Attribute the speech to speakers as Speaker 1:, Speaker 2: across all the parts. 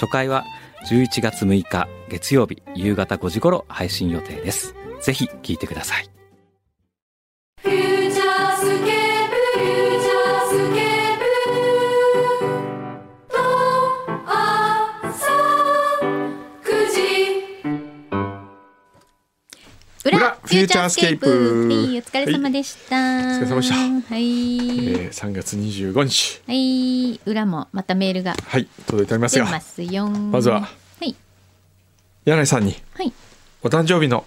Speaker 1: 初回は11月6日月曜日夕方5時頃配信予定ですぜひ聞いてください
Speaker 2: フューチャースケープフューチャースケープと朝9時
Speaker 3: 裏
Speaker 4: 裏
Speaker 3: フューチャースケー
Speaker 4: フ
Speaker 3: プ
Speaker 4: ューチャースケ
Speaker 3: はいお
Speaker 4: ープ
Speaker 3: 疲れ様でした、
Speaker 4: お疲れ様でした
Speaker 3: はい、
Speaker 4: えー、3月25日
Speaker 3: はい裏もまたメールが
Speaker 4: はい届いております
Speaker 3: 出
Speaker 4: よ
Speaker 3: ますよま
Speaker 4: まずは
Speaker 3: はい
Speaker 4: 柳井さんに
Speaker 3: はい
Speaker 4: お誕生日の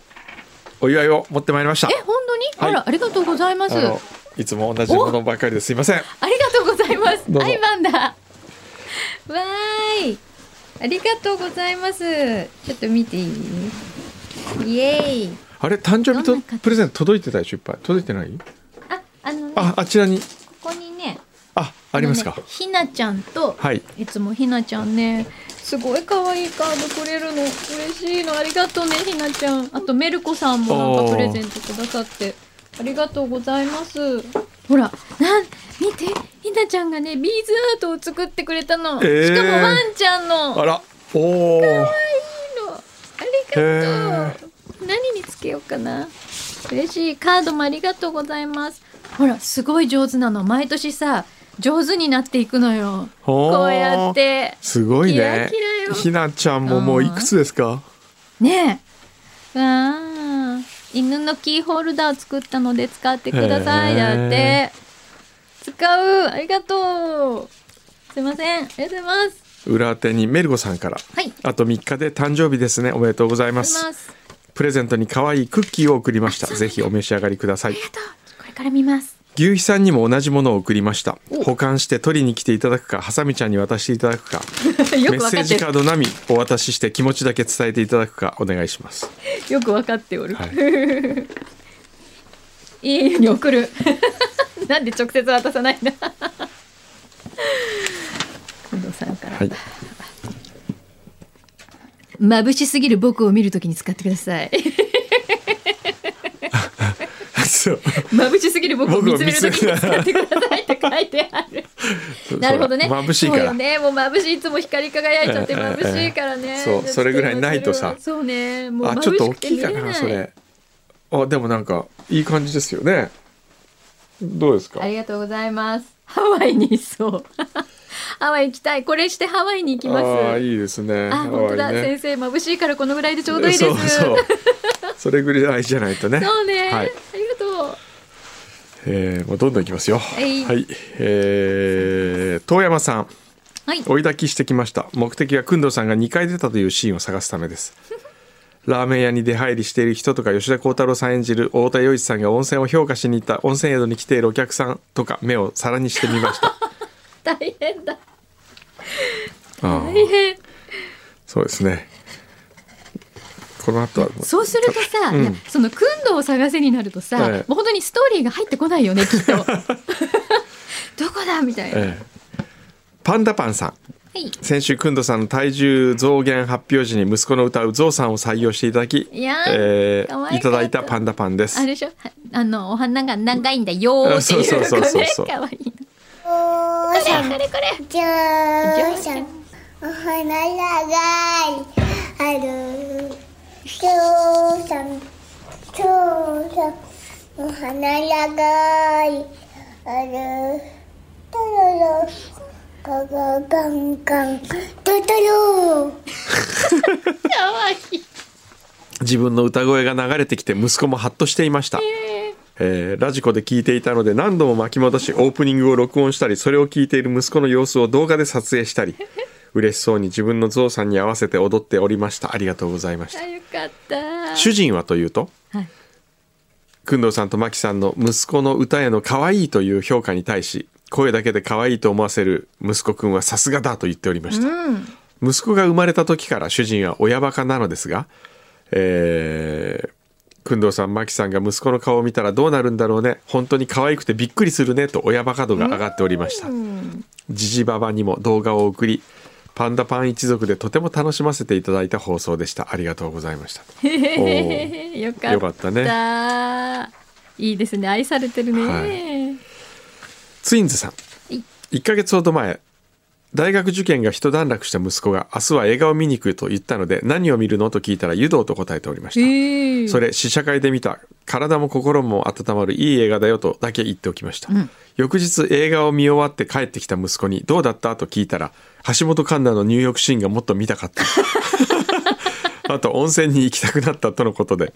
Speaker 4: お祝いを持ってまいりました
Speaker 3: え本当に、
Speaker 4: はい
Speaker 3: あらありがとうございます
Speaker 4: あ
Speaker 3: あ
Speaker 4: のいつも同じものばかりですいません
Speaker 3: りがとうございます
Speaker 4: どうぞ
Speaker 3: アイバンだわーいありがとうございますちょっと見ていいイエーイ
Speaker 4: あれ誕生日
Speaker 3: どんな
Speaker 4: と
Speaker 3: 形
Speaker 4: プレゼント届いてたでしょいっぱい届いてない
Speaker 3: ああのね
Speaker 4: ああちらに
Speaker 3: ここにね
Speaker 4: あありますか
Speaker 3: のねひなちゃんと、
Speaker 4: はい
Speaker 3: いつもひなちゃんねすごい可愛いカードくれるの嬉しいのありがとうねひなちゃんあとメルコさんもなんかプレゼントくださってありがとうございますほらなん見てひなちゃんがねビーズアートを作ってくれたの、
Speaker 4: えー
Speaker 3: しかもワンちゃんの
Speaker 4: あらおお
Speaker 3: いいのありがとう、何につけようかな嬉しいカードもありがとうございますほらすごい上手なの毎年さ上手になっていくのよ
Speaker 4: ほー
Speaker 3: こうやって
Speaker 4: すごい
Speaker 3: キラ
Speaker 4: ね
Speaker 3: キラよ
Speaker 4: ひなちゃんももういくつですか
Speaker 3: ねえわあ犬のキーホルダー作ったので使ってください
Speaker 4: へ
Speaker 3: だっ
Speaker 4: ー
Speaker 3: て使うありがとうすいませんありがとうございます
Speaker 4: 裏手にメルゴさんから
Speaker 3: はい
Speaker 4: あと3日で誕生日ですねおめでとうござい
Speaker 3: あ
Speaker 4: ま
Speaker 3: り
Speaker 4: す
Speaker 3: ます
Speaker 4: プレゼントに可愛いクッキーを送りました
Speaker 3: あそうなんだ
Speaker 4: ぜひお召し上がりください
Speaker 3: ありがとうこれから見ます
Speaker 4: 牛肥さんにも同じものを送りました保管して取りに来ていただくかハサミちゃんに渡していただくか
Speaker 3: よ
Speaker 4: メ
Speaker 3: く
Speaker 4: ッ
Speaker 3: わ
Speaker 4: セ
Speaker 3: か
Speaker 4: ー
Speaker 3: っ
Speaker 4: ジ
Speaker 3: て
Speaker 4: カード並みお渡しして気持ちだけ伝えていただくかお願いし ます、
Speaker 3: るよくわかっておる、
Speaker 4: はい、
Speaker 3: いいように送る なんで直接渡さないな近藤さんから、
Speaker 4: はい、
Speaker 3: 眩しすぎる僕を見るときに使ってください
Speaker 4: そう
Speaker 3: 眩しすぎる僕を見つめるときに
Speaker 4: 僕を見つ
Speaker 3: 使
Speaker 4: め
Speaker 3: ってくださいって書いてある
Speaker 4: そう
Speaker 3: なるほどね
Speaker 4: そう眩しいか
Speaker 3: そう
Speaker 4: ら
Speaker 3: よねもう眩しいいつも光り輝いちゃって
Speaker 4: ええええ
Speaker 3: 眩しいから ね、
Speaker 4: そうそれぐらいないとさ
Speaker 3: そうねもう
Speaker 4: あ
Speaker 3: 眩
Speaker 4: ちょっと大
Speaker 3: しくて
Speaker 4: きい
Speaker 3: 見
Speaker 4: か
Speaker 3: れない
Speaker 4: なそれあでもなんかいい感じですよねどうですか
Speaker 3: ありがとうございますハワイにそう ハワイ行きたいこれしてハワイに行きます
Speaker 4: あいいですね
Speaker 3: あ本当だ、
Speaker 4: 可愛いね
Speaker 3: 先生眩しいからこのぐらいでちょうどいいです
Speaker 4: そうそうそれぐらいじゃないとね
Speaker 3: そうね、
Speaker 4: はい
Speaker 3: ありがとう。
Speaker 4: えー、もうどんどんいきますよ。
Speaker 3: い
Speaker 4: えー、遠山さん、
Speaker 3: はい。
Speaker 4: 追い抱きしてきました。目的は工藤さんが2回出たというシーンを探すため です。ラーメン屋に出入りしている人とか吉田鋼太郎さん演じる太田洋一さんが温泉を評価しに行った温泉宿に来ているお客さんとか目を皿にしてみました。
Speaker 3: 大変だ。
Speaker 4: あー
Speaker 3: 大変。
Speaker 4: そうですね。この後は
Speaker 3: そうするとさ、
Speaker 4: ん
Speaker 3: いやその訓導を探せになるとさ、
Speaker 4: ええ
Speaker 3: もう本当にストーリーが入ってこないよ ね、きっと。どこだみたいな。
Speaker 4: えーパンダパンさん。
Speaker 3: はい。
Speaker 4: 先週、くんどさんの体重増減発表時に息子の歌うゾウさんを採用していただき、
Speaker 3: いやー
Speaker 4: えー
Speaker 3: 可愛か
Speaker 4: いた
Speaker 3: った
Speaker 4: だいたパンダパンです
Speaker 3: あれ。でしょはあの、お花が長いんだよーっていう
Speaker 4: あそうそうそうそうそう
Speaker 3: これかわいいの。
Speaker 5: おーしゃん、
Speaker 3: これこれ。
Speaker 5: じゃ
Speaker 3: ー
Speaker 5: ー
Speaker 3: し
Speaker 5: し
Speaker 3: ゃ
Speaker 5: ゃ
Speaker 3: ん
Speaker 5: ん。お花長い。ある。じょうさん。じょうさん。お花長い。ある。とろろ。ガガガンガン。ととろ。
Speaker 3: かわいい。
Speaker 4: 自分の歌声が流れてきて息子もハッとしていました。えーラジコで聞いていたので何度も巻き戻しオープニングを録音したりそれを聞いている息子の様子を動画で撮影したり嬉しそうに自分のゾウさんに合わせて踊っておりましたありがとうございまし
Speaker 3: あ、
Speaker 4: た
Speaker 3: よかった。
Speaker 4: 主人はというと
Speaker 3: はい。
Speaker 4: 工藤さんと真木さんの息子の歌への可愛いという評価に対し声だけで可愛いと思わせる息子くんはさすがだと言っておりました、息子が生まれた時から主人は親バカなのですが、えー、工藤さん、真木さんが息子の顔を見たらどうなるんだろうね。本当に可愛くてびっくりするね、と親バカ度が上がっておりました。ジジババにも動画を送り、パンダパン一族でとても楽しませていただいた放送でした。ありがとうございました。お ー
Speaker 3: よかった
Speaker 4: よかった
Speaker 3: ねいいですね愛されてるね、
Speaker 4: はツインズさん
Speaker 3: い
Speaker 4: 1ヶ月ほど前大学受験が一段落した息子が明日は映画を見に行くと言ったので何を見るのと聞いたら湯道と答えておりました、
Speaker 3: へえ
Speaker 4: それ試写会で見た体も心も温まるいい映画だよとだけ言っておきました、翌日映画を見終わって帰ってきた息子にどうだったと聞いたら橋本環奈の入浴シーンがもっと見たかった あと温泉に行きたくなったとのことで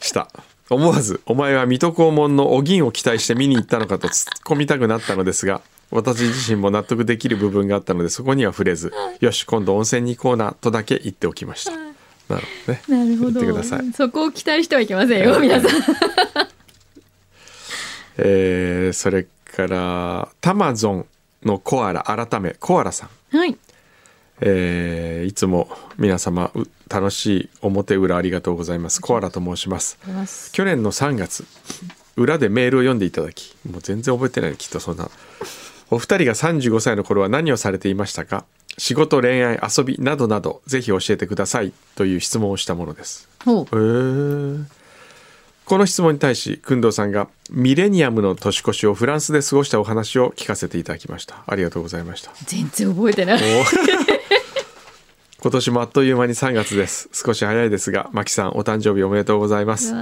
Speaker 4: した思わずお前は水戸黄門のお銀を期待して見に行ったのかと突っ込みたくなったのですが私自身も納得できる部分があったのでそこには触れずよし今度温泉に行こうなとだけ言っておきましたなるほどね
Speaker 3: なるほど
Speaker 4: 言ってください
Speaker 3: そこを期待してはいけませんよ皆さん
Speaker 4: えーそれからタマゾンのコアラ改めコアラさん、
Speaker 3: はい
Speaker 4: えーいつも皆様う楽しい表裏ありがとうございますコアラと申します去年の3月裏でメールを読んでいただきもう全然覚えてないきっとそんなお二人が35歳の頃は何をされていましたか仕事恋愛遊びなどなどぜひ教えてくださいという質問をしたものです
Speaker 3: ほう
Speaker 4: へーこの質問に対し工藤さんがミレニアムの年越しをフランスで過ごしたお話を聞かせていただきましたありがとうございました
Speaker 3: 全然覚えてない
Speaker 4: お 今年もあっという間に3月です少し早いですがマキさんお誕生日おめでとうございます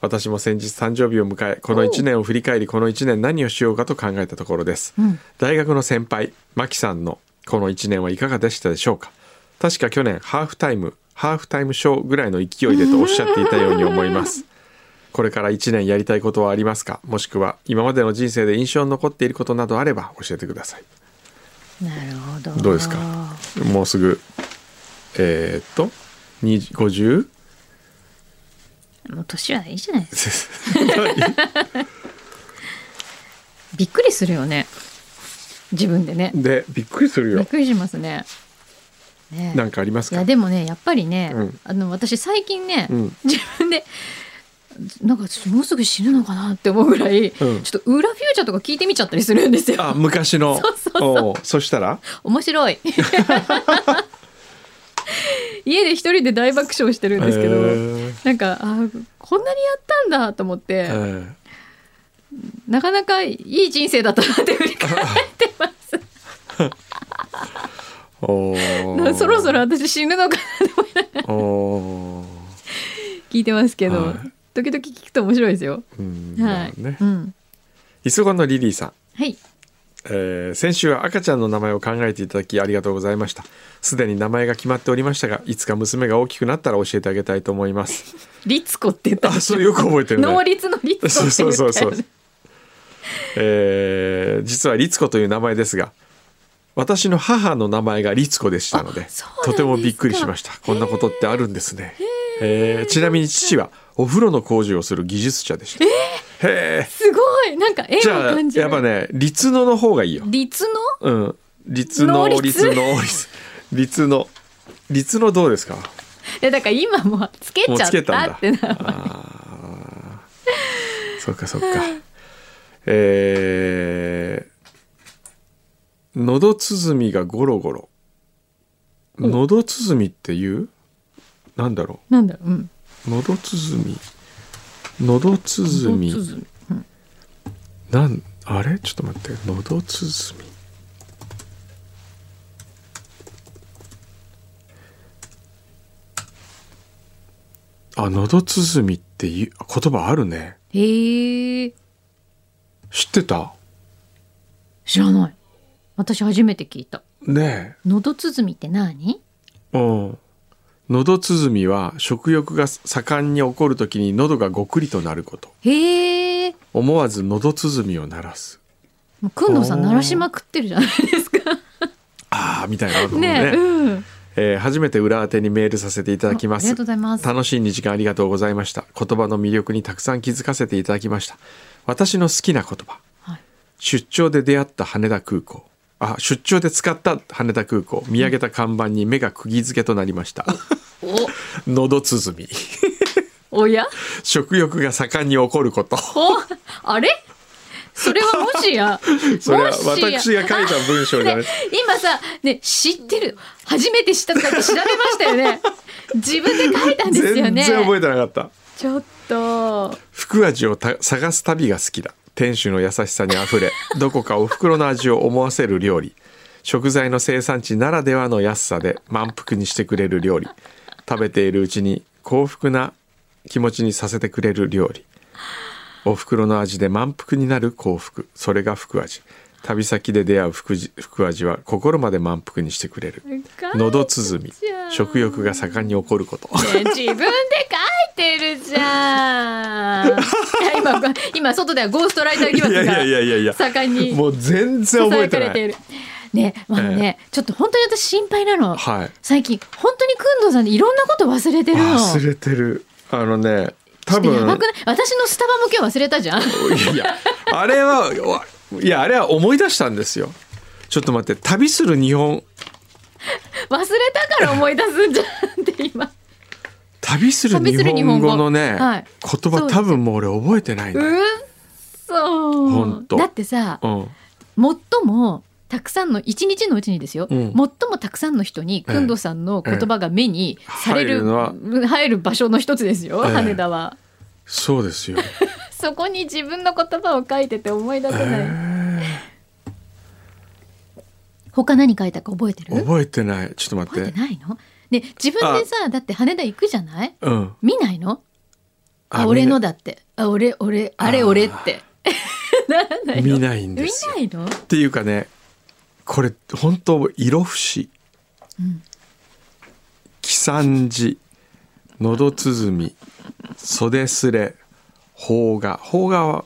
Speaker 4: 私も先日誕生日を迎えこの1年を振り返りこの1年何をしようかと考えたところです、大学の先輩マキさんのこの1年はいかがでしたでしょうか確か去年ハーフタイムハーフタイムショーぐらいの勢いでとおっしゃっていたように思いますこれから1年やりたいことはありますかもしくは今までの人生で印象に残っていることなどあれば教えてください
Speaker 3: なるほど
Speaker 4: どうですかもうすぐえーっと20 50?
Speaker 3: もう年はいいじゃないですかびっくりするよね自分でね
Speaker 4: でびっくりする
Speaker 3: びっ
Speaker 4: よ
Speaker 3: くりしますねねえ
Speaker 4: なんかあります
Speaker 3: い
Speaker 4: か
Speaker 3: やでもねやっぱりね、
Speaker 4: うん
Speaker 3: あの私最近ね、
Speaker 4: うん
Speaker 3: 自分でなんかちょっともうすぐ死ぬのかなって思うぐらい、
Speaker 4: ん
Speaker 3: ちょっと裏フューチャーとか聞いてみちゃったりするんです
Speaker 4: あ
Speaker 3: よ
Speaker 4: 昔の
Speaker 3: そうそう
Speaker 4: おうそしたら
Speaker 3: 面白 い家で一人で大爆笑してるんですけど、
Speaker 4: えー
Speaker 3: なんかあこんなにやったんだと思って、
Speaker 4: えー
Speaker 3: なかなかいい人生だったなって振り返 ってます
Speaker 4: おー
Speaker 3: そろそろ私死ぬのかなって思いながら
Speaker 4: おー
Speaker 3: 聞いてますけど、
Speaker 4: はい
Speaker 3: 時々聞くと面白いですよ
Speaker 4: うん
Speaker 3: は
Speaker 4: ま
Speaker 3: い、
Speaker 4: あね
Speaker 3: うん
Speaker 4: 磯子のリリーさん
Speaker 3: はい
Speaker 4: えー先週は赤ちゃんの名前を考えていただきありがとうございましたすでに名前が決まっておりましたがいつか娘が大きくなったら教えてあげたいと思います
Speaker 3: 律子って言った
Speaker 4: あそれよく覚えてるね
Speaker 3: 能率の律子って言ったよね
Speaker 4: そうそうそうそう。えー実は律子という名前ですが私の母の名前が律子でしたので
Speaker 3: そうなんですか
Speaker 4: とてもびっくりしましたこんなことってあるんですね、えーちなみに父はお風呂の工事をする技術者でした、へえ
Speaker 3: すごいなんか縁を
Speaker 4: じゃあ
Speaker 3: 感じる
Speaker 4: やっぱね律のの方がいいよ
Speaker 3: 律の
Speaker 4: うん律の
Speaker 3: 能率
Speaker 4: 律の律律の律のどうですか
Speaker 3: えだから今もうつけちゃ
Speaker 4: もうつけ
Speaker 3: った
Speaker 4: ん
Speaker 3: た
Speaker 4: だ
Speaker 3: ってな
Speaker 4: あーそっかそっか。えー、のど鼓がゴロゴロ。のど鼓っていうなんだろ
Speaker 3: なんだろううん
Speaker 4: う。のど鼓。のど
Speaker 3: ど
Speaker 4: 鼓。
Speaker 3: 鼓
Speaker 4: なん、あれちょっと待って。のど鼓。あ、のど鼓っていう言葉あるね。
Speaker 3: へえ
Speaker 4: 知ってた
Speaker 3: 知らない私初めて聞いた
Speaker 4: ね
Speaker 3: のど鼓って何
Speaker 4: えうん喉鼓は食欲が盛んに起こる時に喉がごくりとなること
Speaker 3: へえ
Speaker 4: 思わず喉鼓を鳴らす
Speaker 3: もうくんのさん鳴らしまくってるじゃないですか
Speaker 4: ああみたいなこともね
Speaker 3: ねうん
Speaker 4: えー初めて裏宛てにメールさせていただきます
Speaker 3: あありがとうございます
Speaker 4: 楽しい2時間ありがとうございました言葉の魅力にたくさん気づかせていただきました私の好きな言葉、
Speaker 3: はい
Speaker 4: 出張で出会った羽田空港あ出張で使った羽田空港見上げた看板に目が釘付けとなり ました喉鼓
Speaker 3: おおや
Speaker 4: 食欲が盛んに起こる こと
Speaker 3: おあれそれはもしや
Speaker 4: それは
Speaker 3: もしや
Speaker 4: 私が書いた文章 じゃない
Speaker 3: ね今さね知ってる初めて知ったとか言って調べましたよね自分で書いたんですよ
Speaker 4: 全
Speaker 3: ね
Speaker 4: 然覚えてなかった
Speaker 3: ちょっと
Speaker 4: 福味をた探す旅が好きだ店主の優しさにあふれどこかお袋の味を思わせる料理食材の生産地ならではの安さで満腹にしてくれる料理食べているうちに幸福な気持ちにさせてくれる料理お袋の味で満腹になる幸福それが福味旅先で出会う福じ福味は心まで満腹にしてくれる喉鼓食欲が盛んに起こること
Speaker 3: ね自分で書いてるじゃんいや今今外ではゴーストライター疑惑
Speaker 4: いやいやいやいやい
Speaker 3: が
Speaker 4: や
Speaker 3: 盛んに
Speaker 4: もう全然
Speaker 3: ささ
Speaker 4: 覚え
Speaker 3: やか
Speaker 4: て
Speaker 3: れ
Speaker 4: ない
Speaker 3: ている。ね、まあね、ちょっと本当に私心配なの。
Speaker 4: はい
Speaker 3: 最近本当にくんどうさんでいろんなこと忘れてるの。
Speaker 4: 忘れてるあのね多
Speaker 3: ちょっとやば
Speaker 4: 分
Speaker 3: くない私のスタバも今日忘れたじゃん。
Speaker 4: いやあれはいやあれは思い出したんですよちょっと待って旅する日本
Speaker 3: 忘れたから思い出すんじゃんって今。
Speaker 4: 旅する
Speaker 3: 旅
Speaker 4: 日
Speaker 3: する日本
Speaker 4: 本
Speaker 3: 語
Speaker 4: 語のね、
Speaker 3: はい
Speaker 4: 言
Speaker 3: そ
Speaker 4: 葉
Speaker 3: うです
Speaker 4: 多分もう俺覚えてないん
Speaker 3: う
Speaker 4: だ、
Speaker 3: っそ
Speaker 4: 本当
Speaker 3: だってさ、
Speaker 4: うん、
Speaker 3: 最もたくさんの一日のうちにですよ、
Speaker 4: うん
Speaker 3: 最もたくさんの人にくんどうさんの言葉が目にされ
Speaker 4: ええ入る
Speaker 3: る、
Speaker 4: のは
Speaker 3: 入る場所の一つですよ、
Speaker 4: ええ
Speaker 3: 羽田は。
Speaker 4: そうですよ、
Speaker 3: そこに自分の言葉を書いてて思い出せない。他何書いたか覚えてる覚
Speaker 4: 覚えてないちょっと待っ
Speaker 3: え
Speaker 4: て
Speaker 3: てないのね自分でさだって羽田行くじゃない
Speaker 4: うん
Speaker 3: 見ないのあ
Speaker 4: あ
Speaker 3: 俺の
Speaker 4: 見
Speaker 3: だってあ俺俺あれ俺って ならな
Speaker 4: ない
Speaker 3: いの
Speaker 4: 見ないん
Speaker 3: 見
Speaker 4: ですよ
Speaker 3: ないの
Speaker 4: っていうかねこれ本当色不死喜三寺のど鼓袖すれ邦画邦画は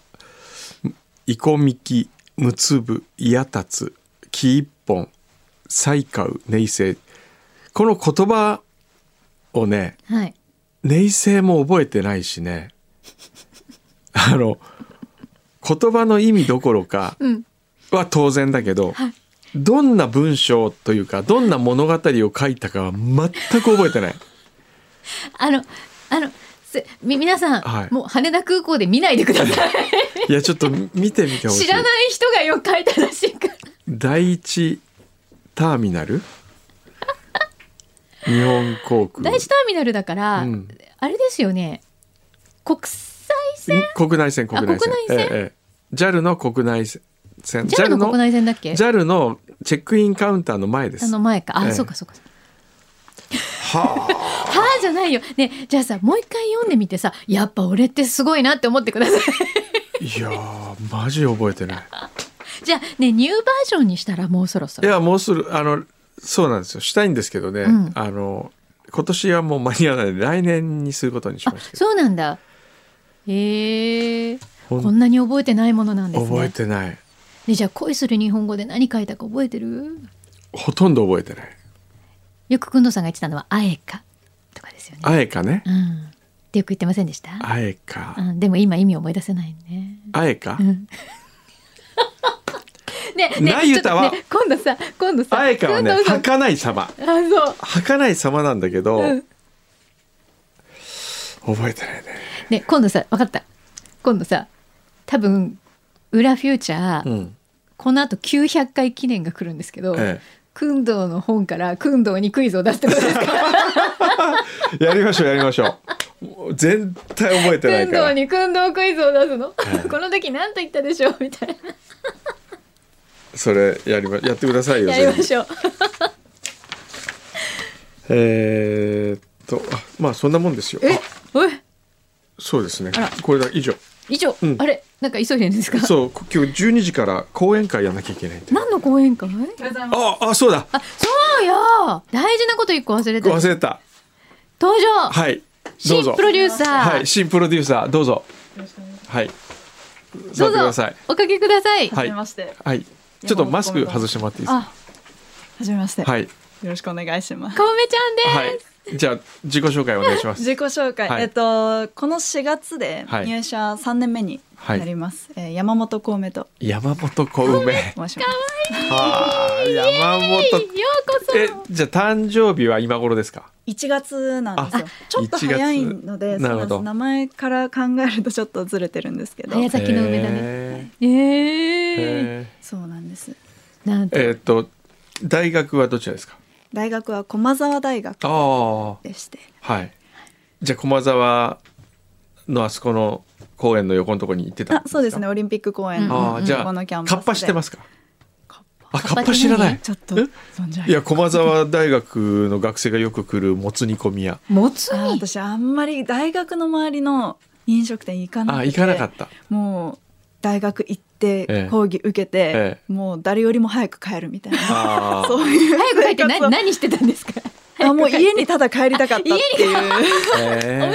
Speaker 4: イコミキむつぶイヤタツ木一本西うネイセイこの言葉をね
Speaker 3: はい
Speaker 4: ネイセイも覚えてないしね あの言葉の意味どころか、
Speaker 3: うん
Speaker 4: は当然だけど、どんな文章というかどんな物語を書いたかは全く覚え てない
Speaker 3: あのあのせみ皆さん、
Speaker 4: はい
Speaker 3: もう羽田空港で見ないでくだ さい
Speaker 4: いやちょっと見てみてほし
Speaker 3: 知
Speaker 4: い
Speaker 3: らない人がよく書いたらしいから
Speaker 4: 第一ターミ ナル日本航空
Speaker 3: 第一ターミナルだから、
Speaker 4: うん
Speaker 3: あれですよね国際線
Speaker 4: 国内線国内線
Speaker 3: 国内線
Speaker 4: ええええ JAL の国内線
Speaker 3: JAL の国内線だっけ
Speaker 4: JAL のチェックインカウンターの前です
Speaker 3: あの前かあ、
Speaker 4: ええ
Speaker 3: そうかそうか
Speaker 4: はあ
Speaker 3: はあじゃないよねじゃあさもう一回読んでみてさやっぱ俺ってすごいなって思ってください
Speaker 4: いやーマジ覚えてない
Speaker 3: じゃあねニューバージョンにしたらもうそろそ
Speaker 4: い
Speaker 3: ろ
Speaker 4: やもうするあのそうなんですよしたいんですけどね、
Speaker 3: うん
Speaker 4: あの今年はもう間に合わないので来年にすることにし
Speaker 3: あ
Speaker 4: ましたけど
Speaker 3: そうなんだへえ
Speaker 4: ほん
Speaker 3: こんなに覚えてないものなんです
Speaker 4: 覚え
Speaker 3: ね
Speaker 4: てない
Speaker 3: でじゃあ恋する日本語で何書いたか覚えてる
Speaker 4: ほとんど覚えてない
Speaker 3: よくくんどうさんが言ってたのは「あえか」とかですよね
Speaker 4: あえかね
Speaker 3: うんってよく言ってませんでした
Speaker 4: あえか
Speaker 3: うん、でも今意味思い出せないね。
Speaker 4: あえか
Speaker 3: んねね
Speaker 4: なゆたは
Speaker 3: ちょっとね、今度さ今度さ
Speaker 4: あえ かはね
Speaker 3: 今度さ
Speaker 4: 儚い様
Speaker 3: あそう
Speaker 4: 儚い様なんだけど、
Speaker 3: うん
Speaker 4: 覚えてないね
Speaker 3: ね今度さ分かった今度さ多分裏フューチャー、
Speaker 4: うん
Speaker 3: このあと900回記念が来るんですけど、
Speaker 4: え
Speaker 3: くんどうの本からくんどうにクイズを出すってことです か
Speaker 4: えやりましょうやりましょうもう絶対覚えてな
Speaker 3: く
Speaker 4: い
Speaker 3: ん
Speaker 4: か
Speaker 3: どう
Speaker 4: ら
Speaker 3: にくんどうクイズを出すの、
Speaker 4: ええ
Speaker 3: この時何と言ったでしょうみたいな
Speaker 4: それやりまやってくださいよ
Speaker 3: やりま
Speaker 4: ぜひ
Speaker 3: しょう
Speaker 4: えーっとあまあそんなもんですよ
Speaker 3: え
Speaker 4: あ
Speaker 3: おい
Speaker 4: そうですね
Speaker 3: あら
Speaker 4: これだ以上
Speaker 3: 以上、
Speaker 4: うん
Speaker 3: あれなんか急いでるんですか
Speaker 4: そうこ今日12時から講演会やんなきゃいけないんで
Speaker 3: 何の講演会
Speaker 4: ああそうだ
Speaker 3: あそうよ大事なこと一個忘れてた
Speaker 4: 忘れた
Speaker 3: 登場、
Speaker 4: はいどう
Speaker 3: 新
Speaker 4: ぞ
Speaker 3: プロデューサー、
Speaker 4: はい新プロデューサーどうぞはい座
Speaker 3: ど
Speaker 4: ってく
Speaker 3: うぞ
Speaker 4: ださい
Speaker 3: おかけください、
Speaker 4: は
Speaker 6: はいじめまして。
Speaker 4: はいちょっとマスク外してもらっていいです
Speaker 3: あ
Speaker 4: か
Speaker 6: はじめまして。。
Speaker 4: はいい
Speaker 6: よろしくお願いします。
Speaker 3: かおめちゃんです、
Speaker 4: はいじゃあ自己紹介お願いします。
Speaker 6: 自己紹介、
Speaker 4: はい
Speaker 6: えっとこの4月で
Speaker 4: はい
Speaker 6: 入社3年目になります、えー山本孔明と
Speaker 4: 山本 小梅。
Speaker 6: 申します
Speaker 4: はあ、山本。
Speaker 3: ようこそ
Speaker 4: え、じゃあ誕生日は今頃ですか。
Speaker 6: 1月なんですよ
Speaker 4: あ
Speaker 6: ちょっと早いの
Speaker 4: 1月
Speaker 6: でそう
Speaker 4: なるほ
Speaker 6: なんで
Speaker 4: ど
Speaker 6: す名前から考えると ちょっとずれてるんですけど
Speaker 3: 早咲きの梅だね
Speaker 4: ね。
Speaker 3: えー、
Speaker 4: え
Speaker 6: そうなんです
Speaker 3: なんと
Speaker 4: ーえーっと大学はどちらですか。
Speaker 6: 大学は駒澤大学
Speaker 4: ああ、
Speaker 6: でして
Speaker 4: はい。じゃあ駒沢のあそこの公園の横のところに行ってたん
Speaker 6: あ
Speaker 4: ですか。
Speaker 6: そうですね。オリンピック公演
Speaker 4: ああ、じゃあ
Speaker 6: このキャンパス
Speaker 4: カ
Speaker 6: で
Speaker 4: ッパしてますか。あ、カッ
Speaker 3: カッパ
Speaker 4: パ知らない。
Speaker 6: ちょっと
Speaker 4: え
Speaker 6: 存じ上
Speaker 4: い
Speaker 6: げ
Speaker 4: や駒沢大学の学生がよく来るもつ煮込み屋。
Speaker 3: もつ
Speaker 6: あ
Speaker 3: に
Speaker 6: 私あんまり大学の周りの飲食店行かなくて
Speaker 4: あ、行かなかった。
Speaker 6: もう大学行っ
Speaker 4: え
Speaker 6: て
Speaker 4: え
Speaker 6: 講義受けて、
Speaker 4: え
Speaker 6: もう誰よりも早く帰るみたいな
Speaker 4: ああ、
Speaker 6: そういう
Speaker 3: 早く帰って
Speaker 6: 生 活を
Speaker 3: な何してたんですか
Speaker 6: あもう家にただ帰りたかったっていう神
Speaker 4: え
Speaker 3: お家が
Speaker 4: ー
Speaker 3: 好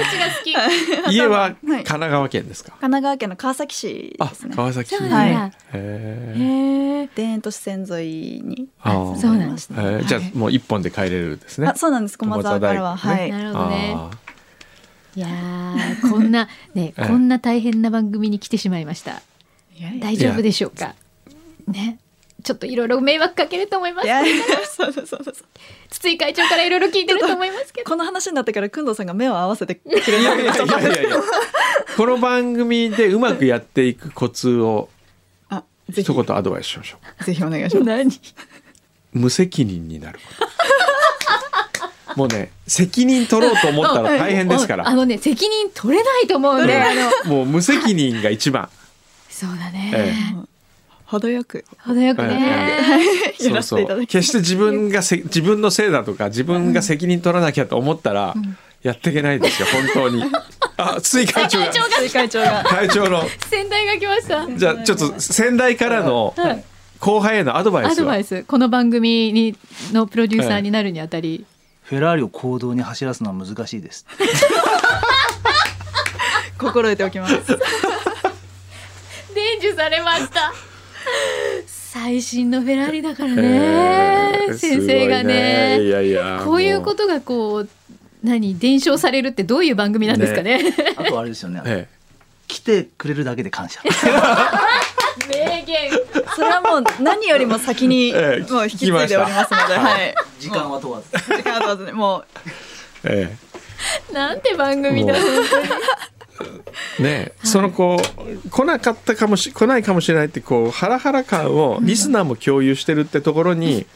Speaker 3: きそ
Speaker 4: 家は
Speaker 6: はい
Speaker 4: 神奈川県ですか。
Speaker 6: 奈川県の川崎市
Speaker 4: あ
Speaker 6: です、ね
Speaker 4: 川崎。
Speaker 3: う
Speaker 4: へ
Speaker 3: なんだ、
Speaker 6: は
Speaker 4: え
Speaker 3: へー
Speaker 6: 田園都市線沿いに
Speaker 4: ああ
Speaker 6: 住んでました
Speaker 4: えーじゃあもう一本で帰れるんですね。
Speaker 6: あそうなんです駒沢からは、
Speaker 4: 駒沢
Speaker 6: はい
Speaker 3: なるほどね
Speaker 4: ああ
Speaker 3: いやーこんなね
Speaker 4: ええ
Speaker 3: こんな大変な番組に来てしまいました
Speaker 6: いや いや
Speaker 3: 大丈夫でしょうかねちょっといろいろ迷惑かけると思いま
Speaker 6: い
Speaker 3: す
Speaker 6: やいやそうそうそうそう
Speaker 3: 筒井会長からいろいろ聞いてると思いますけど
Speaker 6: この話になってから工藤さんが目を合わせてくれ
Speaker 4: いや
Speaker 6: ない
Speaker 4: やいやいやいや。この番組でうまくやっていくコツを
Speaker 6: あぜ
Speaker 4: 一
Speaker 6: ひ
Speaker 4: 言アドバイスしましょ
Speaker 6: ぜひお願いしま す
Speaker 3: 何
Speaker 4: う。無責任になること。もうね責任取ろうと思ったら大変ですか
Speaker 3: おあ
Speaker 4: ら。
Speaker 3: のね責任取れないと思うんであの
Speaker 4: もう無責任が一番。
Speaker 3: そうだね、
Speaker 4: え
Speaker 6: 程よく
Speaker 3: 程よくね、
Speaker 4: え
Speaker 6: やらせていただき
Speaker 4: 決して自分がせ自分のせいだとか自分が責任取らなきゃと思ったら、やっていけないですよ本当に。あ追会長が
Speaker 3: 会長が
Speaker 6: 鈴井会長が
Speaker 4: 会長の
Speaker 3: 先代が来ました
Speaker 4: じゃあちょっと先代からの後輩へのアドバイ
Speaker 3: ア
Speaker 4: ス
Speaker 3: ド
Speaker 4: を
Speaker 3: バイスこの番組にのプロデューサーになるにあたり、
Speaker 7: フェラーリを行動に走らすのは難しいです。
Speaker 6: 心得ておきます
Speaker 3: 伝授されました最新のフェラーリだからね、
Speaker 4: えー
Speaker 3: 先生がね
Speaker 4: すごいいやいや、
Speaker 3: こういうこととがこう何伝承されるってどういう番組なんですかね
Speaker 7: あとあれですよ ね。
Speaker 4: え
Speaker 7: 来てくれるだけで感謝。
Speaker 3: 名言
Speaker 6: それはもう何よりも先に
Speaker 4: ええ
Speaker 6: もう引き継いでおりますので、はい。
Speaker 7: 時間は問わず。
Speaker 6: 時間は問わずにも
Speaker 4: え え
Speaker 3: なんて番
Speaker 4: え
Speaker 3: 組
Speaker 4: も
Speaker 3: だ
Speaker 4: うねえそのこう来なかったかもし来ないかもしれないってこうハラハラ感をリスナーも共有してるってところに、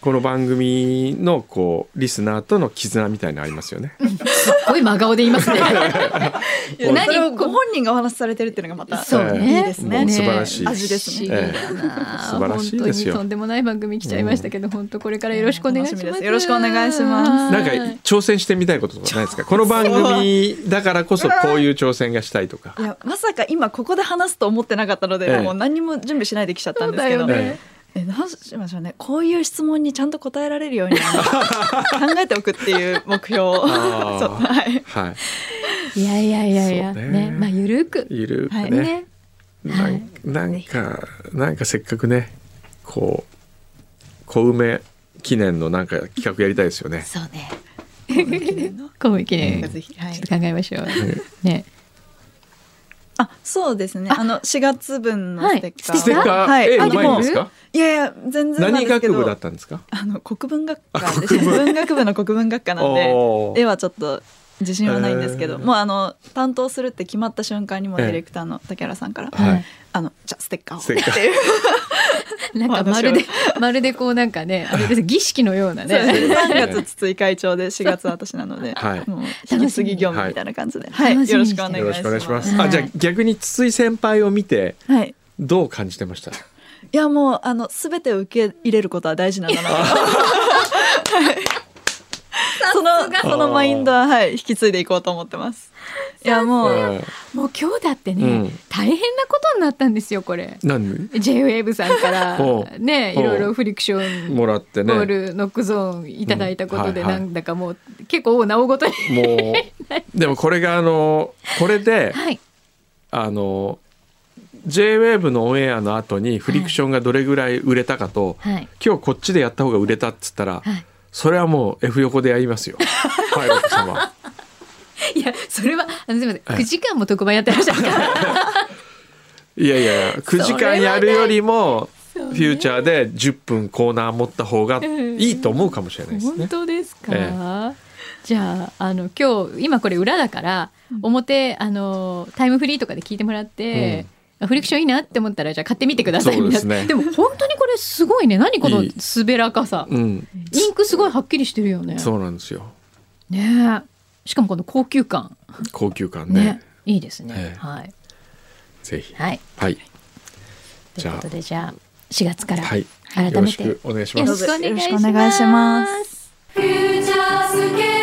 Speaker 4: この番組のこうリスナーとの絆みたいなのありますよね。
Speaker 3: すっごい真顔で言います ね
Speaker 6: ういや
Speaker 3: 何
Speaker 6: それをご本人がお話しされてるっていうのがまた
Speaker 3: そうね、
Speaker 4: ええ
Speaker 6: いいですね
Speaker 4: もう素晴らしい
Speaker 6: 味ですね
Speaker 3: 不思議だな
Speaker 4: ええ素晴らしいです
Speaker 3: 本当に
Speaker 4: よ
Speaker 3: とんでもない番組来ちゃいましたけど、本当これからよろしくお願いします
Speaker 6: 楽しみですよろしくお願いします
Speaker 4: なんか挑戦してみたいこととかないですか。この番組だからこそこういう挑戦がしたいとか
Speaker 6: い。やまさか今ここで話すと思ってなかったので、
Speaker 4: ええ
Speaker 6: もう何も準備しないできちゃったんですけ
Speaker 3: そ
Speaker 6: ど、
Speaker 3: うだよ
Speaker 4: え
Speaker 3: ね
Speaker 6: えどうしましょうねこういう質問にちゃんと答えられるように考えておくっていう目標をちょっと
Speaker 4: あー
Speaker 6: はい
Speaker 4: え、はい。
Speaker 3: いやいやいやいや
Speaker 4: そ
Speaker 3: ね
Speaker 4: うね
Speaker 3: まあゆるく
Speaker 4: いるね。
Speaker 6: はい
Speaker 3: ね
Speaker 4: なんなんかなんかせっかくねこう小梅記念のなんか企画やりたいですよね。
Speaker 3: そうね
Speaker 6: の
Speaker 3: 小梅記念、ちょ
Speaker 6: ぜひ、はい
Speaker 3: っと考えましょう、ね
Speaker 6: あそうですねあの4月分のステッカー、
Speaker 3: はい
Speaker 4: ステッカー、
Speaker 6: はい
Speaker 4: え
Speaker 6: あ
Speaker 4: うまいんですか？
Speaker 6: いやいや全然なんで
Speaker 4: 何
Speaker 6: すけ
Speaker 4: 学
Speaker 6: ど
Speaker 4: 部だったんですか？
Speaker 6: あの国文学
Speaker 4: あ
Speaker 6: 科です
Speaker 4: 国
Speaker 6: ね
Speaker 4: 文
Speaker 6: 文学部の国文学科なんで
Speaker 4: おー
Speaker 6: 絵はちょっと自信はないんですけど、
Speaker 4: えー
Speaker 6: もうあの担当するって決まった瞬間にもう
Speaker 4: ええ
Speaker 6: ディレクターの竹原さんから「
Speaker 4: はい
Speaker 6: あのじゃあステッカーを」
Speaker 4: ステッカー
Speaker 6: っていう
Speaker 3: なんかまるでまるでこうなんかねあれです儀式のような
Speaker 6: そう
Speaker 3: ね
Speaker 6: です3月筒井会長で4月私なので、
Speaker 4: はい
Speaker 6: もう引き継ぎ業務みたいな感じで、はい
Speaker 3: 楽しみ
Speaker 6: よろ
Speaker 3: に
Speaker 6: し
Speaker 3: し
Speaker 6: くお
Speaker 3: て
Speaker 6: 願
Speaker 4: よろ
Speaker 6: い
Speaker 4: し
Speaker 6: し
Speaker 4: くお願
Speaker 6: ま
Speaker 4: い
Speaker 6: す
Speaker 4: します。
Speaker 3: はい
Speaker 4: あじゃあ逆に筒井先輩を見て
Speaker 6: はい、
Speaker 4: どう感じてました？
Speaker 6: いやもうあの全てを受け入れることは大事なんだな とはいそのそのマインドは、はい、引き継いでいこうと思ってますいやもう、
Speaker 4: うん
Speaker 3: もう今日だってね、
Speaker 4: うん
Speaker 3: 大変なことになったんですよこれ
Speaker 4: 何
Speaker 3: JWAVE さんから
Speaker 4: ほう
Speaker 3: ね
Speaker 4: ほ
Speaker 3: いうろいろフリクション
Speaker 4: もらってね
Speaker 3: ボールノックゾーンいただいたことで
Speaker 4: うんはい
Speaker 3: な
Speaker 4: はい
Speaker 3: んだかもう結構なおごとに
Speaker 4: もうでもこれがあのこれで
Speaker 3: はい
Speaker 4: あの J-WAVE のオンエアの後にフリクションがどれぐらい売れたかと、
Speaker 3: はい
Speaker 4: 今日こっちでやった方が売れたっつったら、
Speaker 3: はい
Speaker 4: それはもう F 横でや りますよパイロット様
Speaker 3: いやそれはあのすみません
Speaker 4: え
Speaker 3: 9時間も特番やってらっしゃるから
Speaker 4: いやいや9時間やるよりもフューチャーで10分コーナー持った方がいいと思うかもしれないです
Speaker 3: 本
Speaker 4: ね
Speaker 3: 当ですか、
Speaker 4: え
Speaker 3: じゃああの今日今これ裏だから表あのタイムフリーとかで聞いてもらって、あフリクションいいなって思ったらじゃあ買ってみてください
Speaker 4: そうですね
Speaker 3: 皆さんでも本当にこれすごいね何この
Speaker 4: いい
Speaker 3: 滑らかさ
Speaker 4: うん
Speaker 3: インクすごいはっきりしてるよね
Speaker 4: そうなんですよ
Speaker 3: ねえしかもこの高級感
Speaker 4: 高級感
Speaker 3: ね
Speaker 4: ね
Speaker 3: いいですね、
Speaker 4: ええ
Speaker 3: はい
Speaker 4: ぜひ
Speaker 3: はい
Speaker 4: はい
Speaker 3: ということでじゃあ4月から
Speaker 4: はい
Speaker 3: 改めて、
Speaker 4: よろしくお願いしま
Speaker 3: よ
Speaker 4: す
Speaker 3: ろしくお願いします
Speaker 6: よろしくお願いします
Speaker 2: フューチャースケープ